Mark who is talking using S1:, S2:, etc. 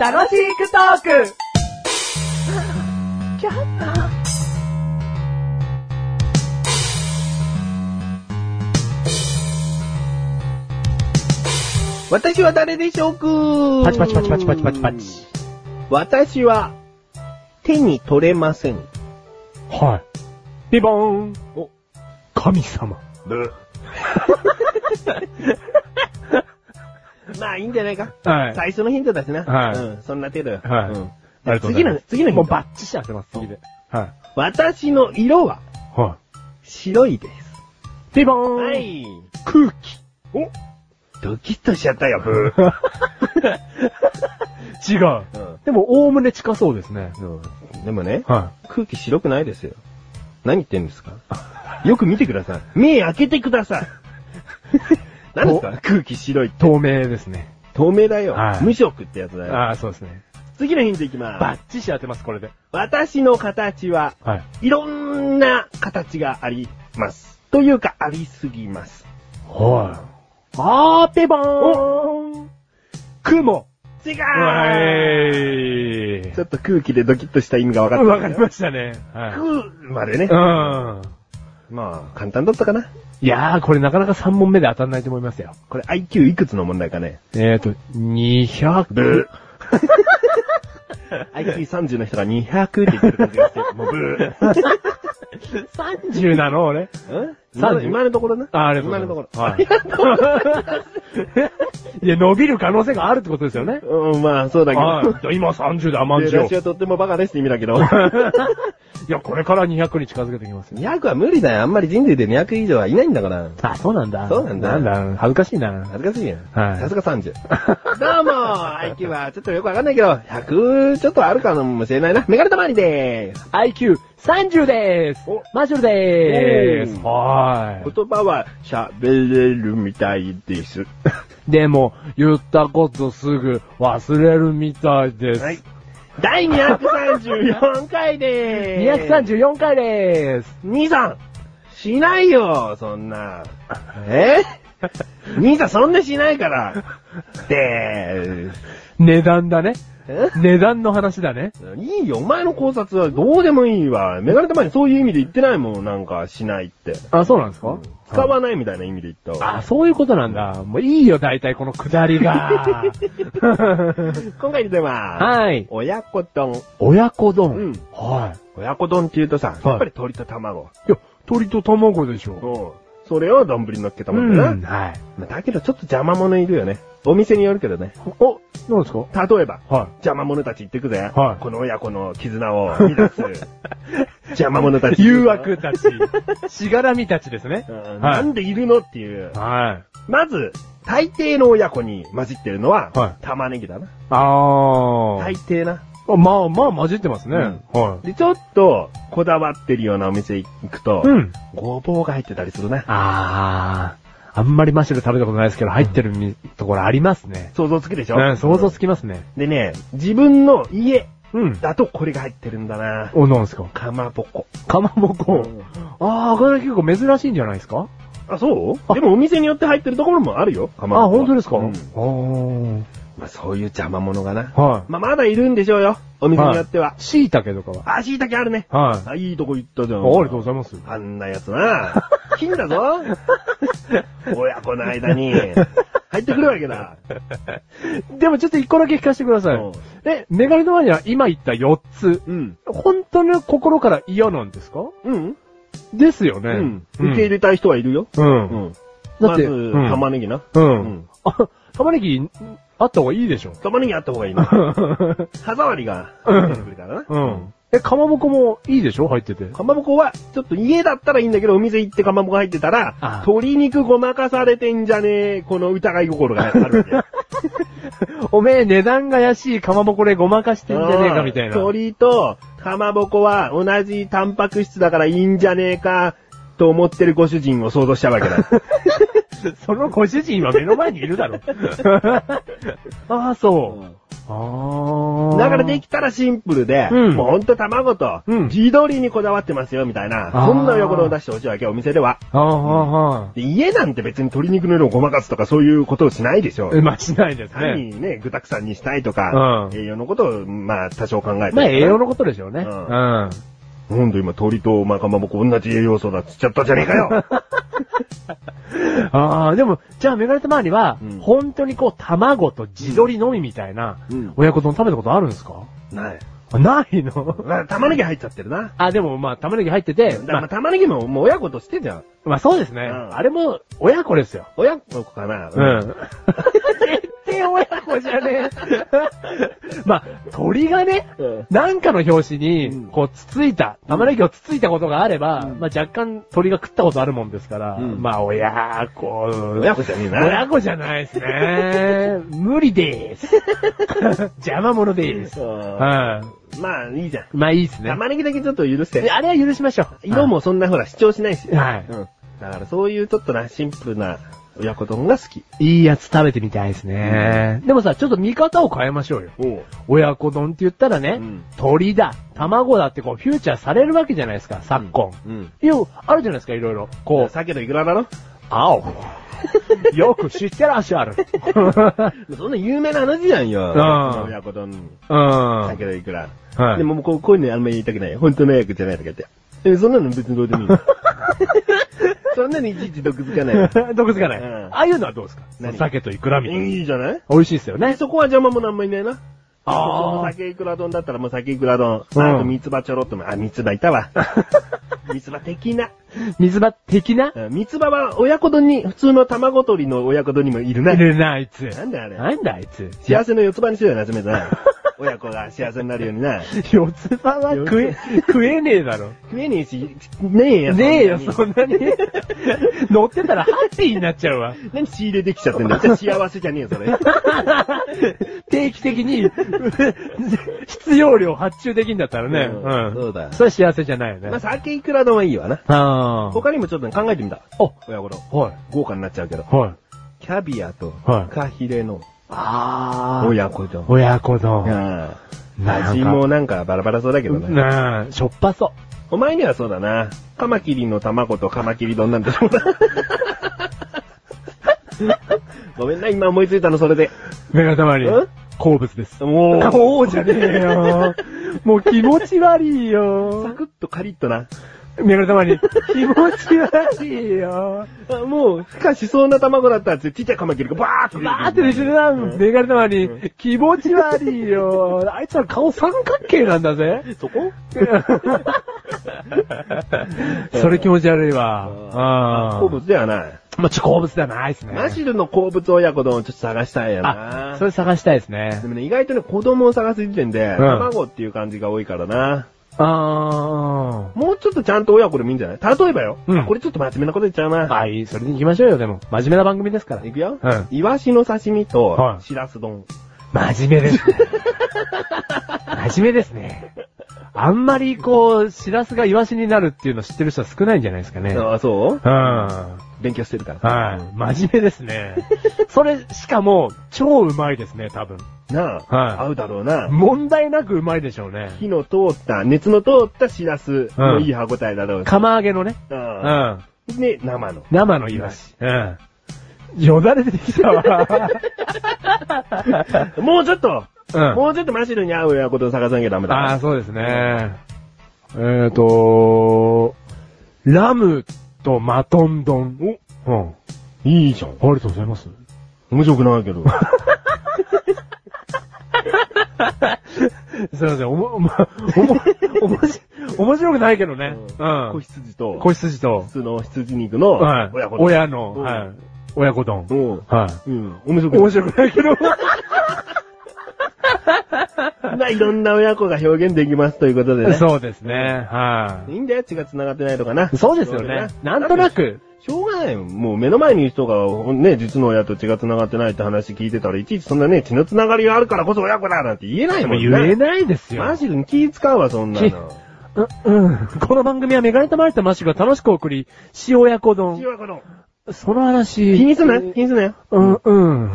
S1: 楽しくトーク
S2: 私は誰でしょうく
S3: パチパチパチパチパチパチパチ。
S2: 私は、手に取れません。
S3: はい。ピボーン
S2: お
S3: 神様。
S2: まあ、いいんじゃないか。
S3: はい。
S2: 最初のヒントだしな。
S3: はい
S2: うん、そんな程度よ。
S3: はい
S2: うん
S3: ありがとうござ
S2: 次
S3: いま
S2: の
S3: す、
S2: 次のヒ
S3: もう
S2: ント
S3: バ。ッチシ当てます、次で。は。
S2: 私の色はい
S3: は
S2: 白いです。
S3: い。ピボーン。空気。
S2: ドキッとしちゃ ったよ、ブ
S3: 違う。
S2: ー。
S3: でも、おおむね近そうですね。
S2: うん。でもね、
S3: は
S2: 空気白くないですよ。何言ってんですかよく見てください。目開けてくださ い。何ですか空気白い
S3: い。
S2: と。
S3: 透明ですね。
S2: 透明だよ
S3: は。い
S2: 無色ってやつだよ。
S3: ああ、そうですね。
S2: 次のヒントいきま
S3: バ
S2: す
S3: ッ。チシ当てます、これで。
S2: 私の形は、
S3: はい。
S2: いろんな形があります。というか、ありすぎます。
S3: はい。あー、ピボーン。雲。
S2: 違う
S3: わい
S2: ちょっと空気でドキッとした意味が分かった。
S3: わかりましたね。は
S2: 空までね
S3: い。う。ん。
S2: まあ、簡単だったかな。
S3: いやー、これなかなか3問目で当たんないと思いますよ。
S2: これ IQ いくつの問題かね。
S3: えーと、200。
S2: IQ30 の人が200って言ってる感じがして、もうブー。
S3: 30なの俺。
S2: うん今の
S3: 30?
S2: 今のところな。
S3: あ、あれ
S2: 今のところ。
S3: はい。 いや、伸びる可能性があるってことですよね。
S2: うん、まあ、そうだけど。
S3: はい。今30で甘ん
S2: で
S3: じゅうを。
S2: 私
S3: い
S2: はとってもバカですって意味だけど。
S3: や、これから200に近づけてきますよ。
S2: 200は無理だよ。あんまり人類で200以上はいないんだから。
S3: あ、そうなんだ
S2: そうなんだ
S3: なんだ、恥ずかしいな。
S2: 恥ずかしいよ。
S3: はい
S2: さすが30。どう も !IQ はちょっとよくわかんないけど、100ちょっとあるかもしれないな。メガネたまわりでーす。
S3: IQ30 でーす
S2: お
S3: マジュルでーす
S2: おー
S3: はーい。
S2: 言葉は喋れるみたいです。
S3: でも、言ったことすぐ忘れるみたいです。
S2: はい。第234回でーす。
S3: 234回でーす。
S2: 兄さんしないよ、そんな。え 兄さんそんなしないから。でーす。
S3: 値段だね。
S2: え
S3: 値段の話だね。
S2: いいよ、お前の考察はどうでもいいわ。メガネたまにそういう意味で言ってないもん、なんか、しないって。
S3: あ、そうなんですか
S2: 使わないみたいな意味で言ったわ。
S3: あ、そういうことなんだ。もういいよ、大体このくだりが。
S2: 今回のテーマは、
S3: はい。
S2: 親子丼。
S3: 親子丼。
S2: うん
S3: は
S2: 親子丼って言うとさ、
S3: い
S2: やっぱり鶏と卵。
S3: い。いや、鶏と卵でしょ。
S2: うん。それを丼に乗っけたもんだな。
S3: はい。
S2: まあだけどちょっと邪魔者いるよね。お店によるけどね。
S3: お、なんですか
S2: 例えば、
S3: は
S2: 邪魔者たち言ってくぜ。
S3: はい
S2: この親子の絆を 乱す。邪魔者たち。
S3: 誘惑たち。しがらみたちですね。
S2: うん。
S3: は
S2: ないんでいるのっていう。
S3: はい。
S2: まず、大抵の親子に混じってるのは、
S3: は
S2: 玉ねぎだな。
S3: あー。
S2: 大抵な。
S3: あまあまあ混じってますね。
S2: うん
S3: はい。
S2: で、ちょっと、こだわってるようなお店行くと、
S3: うん。
S2: ごぼうが入ってたりするな。
S3: あー。あんまりマッシュル食べたことないですけど、入ってるみところありますね。
S2: 想像つくでしょ
S3: うん、想像つきますね。
S2: でね、自分の家
S3: うん。
S2: だとこれが入ってるんだな。
S3: お、なんですか
S2: かまぼこ。
S3: かまぼこ。あー、これ結構珍しいんじゃないですか
S2: あ、そう
S3: あ
S2: でもお店によって入ってるところもあるよ。かまぼこは。
S3: あ、本当ですか、
S2: うん
S3: おー。
S2: まあ、そういう邪魔者がな。
S3: はい。
S2: まあ、まだいるんでしょうよ。お店によっては。
S3: 椎茸とかは
S2: あ、椎茸あるね。
S3: はい。あ
S2: あ、いいとこ行ったじゃん。
S3: ありがとうございます。
S2: あんなやつ な、金だぞ。親子の間に、入ってくるわけだ。
S3: でもちょっと一個だけ聞かせてください
S2: うん。
S3: え、メガネの前には今言った4つ。
S2: うん。
S3: 本当に心から嫌なんですか
S2: うん。
S3: ですよね。
S2: うん。受け入れたい人はいるよ。
S3: う。
S2: うん
S3: うん。
S2: ん。
S3: だ
S2: ま
S3: っ
S2: ず
S3: て、うん、
S2: 玉ねぎな。
S3: う。
S2: うんん。
S3: あ、玉ねぎ、あった方がい いでしょ。
S2: 玉ねぎあった方がいいな。歯触りが出てくるからな。
S3: うん。え、かまぼこもいいでしょ入ってて。
S2: かまぼこは、ちょっと家だったらいいんだけど、お店行ってかまぼこ入ってたら、
S3: あ
S2: 鶏肉ごまかされてんじゃねえ、この疑い心があるわけ。
S3: おめえ値段が安いかまぼこでごまかしてんじゃねえかみたいな。
S2: 鳥と、かまぼこは同じタンパク質だからいいんじゃねえか、と思ってるご主人を想像したわけだ。
S3: そのご主人は目の前にいるだろ。ああ、そう。ああ。
S2: だからできたらシンプルで、
S3: うん
S2: もうほんと卵と、
S3: うん
S2: 地鶏にこだわってますよ、みたいな。
S3: あー
S2: そんな汚れを出してほしいわけ、お店では。
S3: ああ、ああ
S2: で家なんて別に鶏肉の色をごまかすとかそういうことをしないでしょ。
S3: ああ。まあ、しないです
S2: 単
S3: ね。
S2: にね、具沢山にしたいとか、
S3: うん
S2: 栄養のことを、まあ、多少考えて。
S3: まあ、栄養のことでしょうね。
S2: う
S3: うんん。
S2: ほんと今、鶏とまかまぼこ同じ栄養素だっつっちゃったじゃねえか よ
S3: ああ、でも、じゃあ、メガネたまわりは、
S2: うん
S3: 本当にこう、卵と地鶏のみみたいな、
S2: うん
S3: 親子丼食べたことあるんですか
S2: ない。
S3: あないの
S2: まあ、玉ねぎ入っちゃってるな。
S3: あ、でも、まあ、玉ねぎ入ってて、
S2: だから
S3: ま
S2: ま
S3: あ
S2: あ、、玉ねぎももう親子としてじゃん。
S3: まあ、そうですね。
S2: うん
S3: あれも、親子ですよ。
S2: 親子かな。
S3: うん。絶対親子じゃねえ。 まあ、鳥がね、
S2: うん。
S3: なんかの表紙
S2: うん
S3: に、こう、つついた、玉ねぎをつついたことがあれば、
S2: うん
S3: まあ若干鳥が食ったことあるもんですから、
S2: うん
S3: まあ親子、
S2: 親子じゃねえな。
S3: 親子じゃないです ね。無理です。 邪魔者です。うん。
S2: うん
S3: ま
S2: まあ、いいじゃん。
S3: あいいですね。
S2: 玉ねぎだけちょっと許して
S3: で。あれは許しましょう。
S2: 色もそんなほら主張しないし。
S3: はい
S2: うん。だからそういうちょっとな、シンプルな親子丼が好き。
S3: いいやつ食べてみたいですね。でもさ、ちょっと見方を変えましょうよ。
S2: おう。
S3: 親子丼って言ったらね、
S2: うん
S3: 鳥だ、卵だってこう、フューチャーされるわけじゃないですか、昨今。
S2: うん。
S3: いや、あるじゃないですか、いろいろ。こう、
S2: 鮭のイクラだろ
S3: 青。よく知ってらっしゃる。
S2: そんな有名な話じゃんよ。
S3: うん
S2: 親子丼、
S3: うん。は
S2: 鮭のイクラ。
S3: い。
S2: でももうこうこういうのあんまり言いたくない。本当の親子じゃないとか言って。えそんなの別にどうで もいい。そんなにいちいち毒づかない。
S3: 毒づかない。
S2: うん
S3: ああいうのはどうですか
S2: 何
S3: 鮭とイクラみたいな。
S2: いいじゃない
S3: 美味しいですよね。
S2: そこは邪魔もなんもいないな。
S3: あー
S2: そう酒いくら丼だったらもう酒いくら丼。
S3: うん
S2: あと三つ葉ちょろっとも。あ、三つ葉いた わ。三つ葉的な。
S3: 水場的な
S2: うん三つ葉は親子丼に、普通の卵鳥の親子丼にもいるな。
S3: いるな、あいつ。
S2: なんだあれ。
S3: なんだ、あいつ。
S2: 幸せの四つ葉にしようよな、集めて な。親子が幸せになるようにな。
S3: 四つ葉は食え、食えねえだろ。
S2: 食えねえし、ねえや。
S3: ねえよ、
S2: そ
S3: そ
S2: んなに
S3: んな に。乗ってたらハッピーになっちゃうわ。
S2: 何仕入れできちゃってんだよ。じゃあ幸せじゃねえよ、 それ。
S3: 定期的に、 必要量発注できんだったらね。
S2: うん
S3: うん。
S2: そうだ
S3: それ幸せじゃないよね
S2: まあ、。酒いくら丼はいいわな。
S3: あー
S2: 他にもちょっと考えてみた。
S3: お、
S2: 親子丼。
S3: はい。
S2: 豪華になっちゃうけど。
S3: はい。
S2: キャビアと
S3: はい
S2: フカヒレの
S3: あー。
S2: 親子丼。
S3: 親子丼。
S2: うん
S3: なんか
S2: 味もなんかバラバラそうだけどね。
S3: なあ、しょっぱそ
S2: お前にはそうだな。カマキリの卵とカマキリ丼なんでし ょうな。ごめんな、今思いついたのそれで。
S3: う。メガたまり
S2: ん。
S3: 好物です。
S2: もう、
S3: おうじゃねえよ。もう気持ち悪い
S2: サ
S3: よ。
S2: クッとカリッとな。
S3: メガたまり。気持ち悪いよ。
S2: あもう、孵化しそうな卵だったってちっちゃいカマキリがバーって出てくる
S3: バーって出てるな、メガネたまり。気持ち悪いよ。あいつは顔三角形なんだぜ。
S2: そこ
S3: それ気持ち悪いわ。ああ。
S2: 好物ではない。
S3: まあ、ちょ、好物ではないですね。
S2: マシルの好物親子丼をちょっと探したいよ
S3: あ
S2: な、。
S3: それ探したいですね
S2: で。もね、意外とね、子供を探す時点で、
S3: ん
S2: 卵っていう感じが多いからな。
S3: あ
S2: もうちょっとちゃんと親子でもいいんじゃない例えばよ、
S3: うん
S2: あこれちょっと真面目なこと言っちゃうな。
S3: あ。はい、それで行きましょうよ、でも。真面目な番組ですから
S2: い。くよ、
S3: うん
S2: イワシの刺身と
S3: は、い
S2: シラス丼。
S3: 真面目です ね。真面目ですね。あんまり、こう、シラスがイワシになるっていうの知ってる人は少ないんじゃないですかね。うん。
S2: ああ、そう
S3: は
S2: 勉強してるか
S3: い。真面目です ね。それ、しかも、超うまいですね、多分。
S2: ら。なあ、
S3: はい
S2: 合うだろうな。
S3: 問題なくうまいでしょうね。
S2: 火の通った、熱の通ったシラスのいい歯応えだろうし。
S3: 釜揚げのね。う。
S2: うんん。で、生の。
S3: 生のイワシ。うん。よだれ出てきたわ。
S2: もうちょっと、
S3: うん。
S2: もうちょっとマシルに合う親子丼探さなきゃダメだ。
S3: ああ、そうですね。えーと、ラムとマトン丼。おうん。
S2: いいじゃん。
S3: ありがとうございます。
S2: 面白くないけ ど。
S3: すいません、おも、おも、おも、 おもし、面白くないけどね。うん。
S2: 子羊と、
S3: 子羊と
S2: 普、通の羊肉の
S3: はい。
S2: 親子丼。
S3: 親の、
S2: うん
S3: はい。親子丼。
S2: うん。
S3: は
S2: うん。面白
S3: い。
S2: く
S3: 面
S2: ない
S3: 白くないけど。
S2: まあ。いろんな親子が表現できますということでね。
S3: そうですね。はい
S2: いんだよ、血が繋がってないとかな。
S3: い。そうですよね。なんとなく。
S2: しょうがないよ。もう目の前にいる人が、ね、実の親と血が繋がってないって話聞いてたら、いちいちそんなね、血の繋がりがあるからこそ親子だなんて言えない
S3: で
S2: も
S3: も
S2: んね。
S3: 言えないですよ。
S2: マジで気使うわ、そんなの。
S3: う、うん。この番組はメガネたまれたマッシュが楽しくお送り、塩親子丼。
S2: 父親子の、その話。
S3: 気にすんなよ、気にすんなよ。
S2: うん、うん。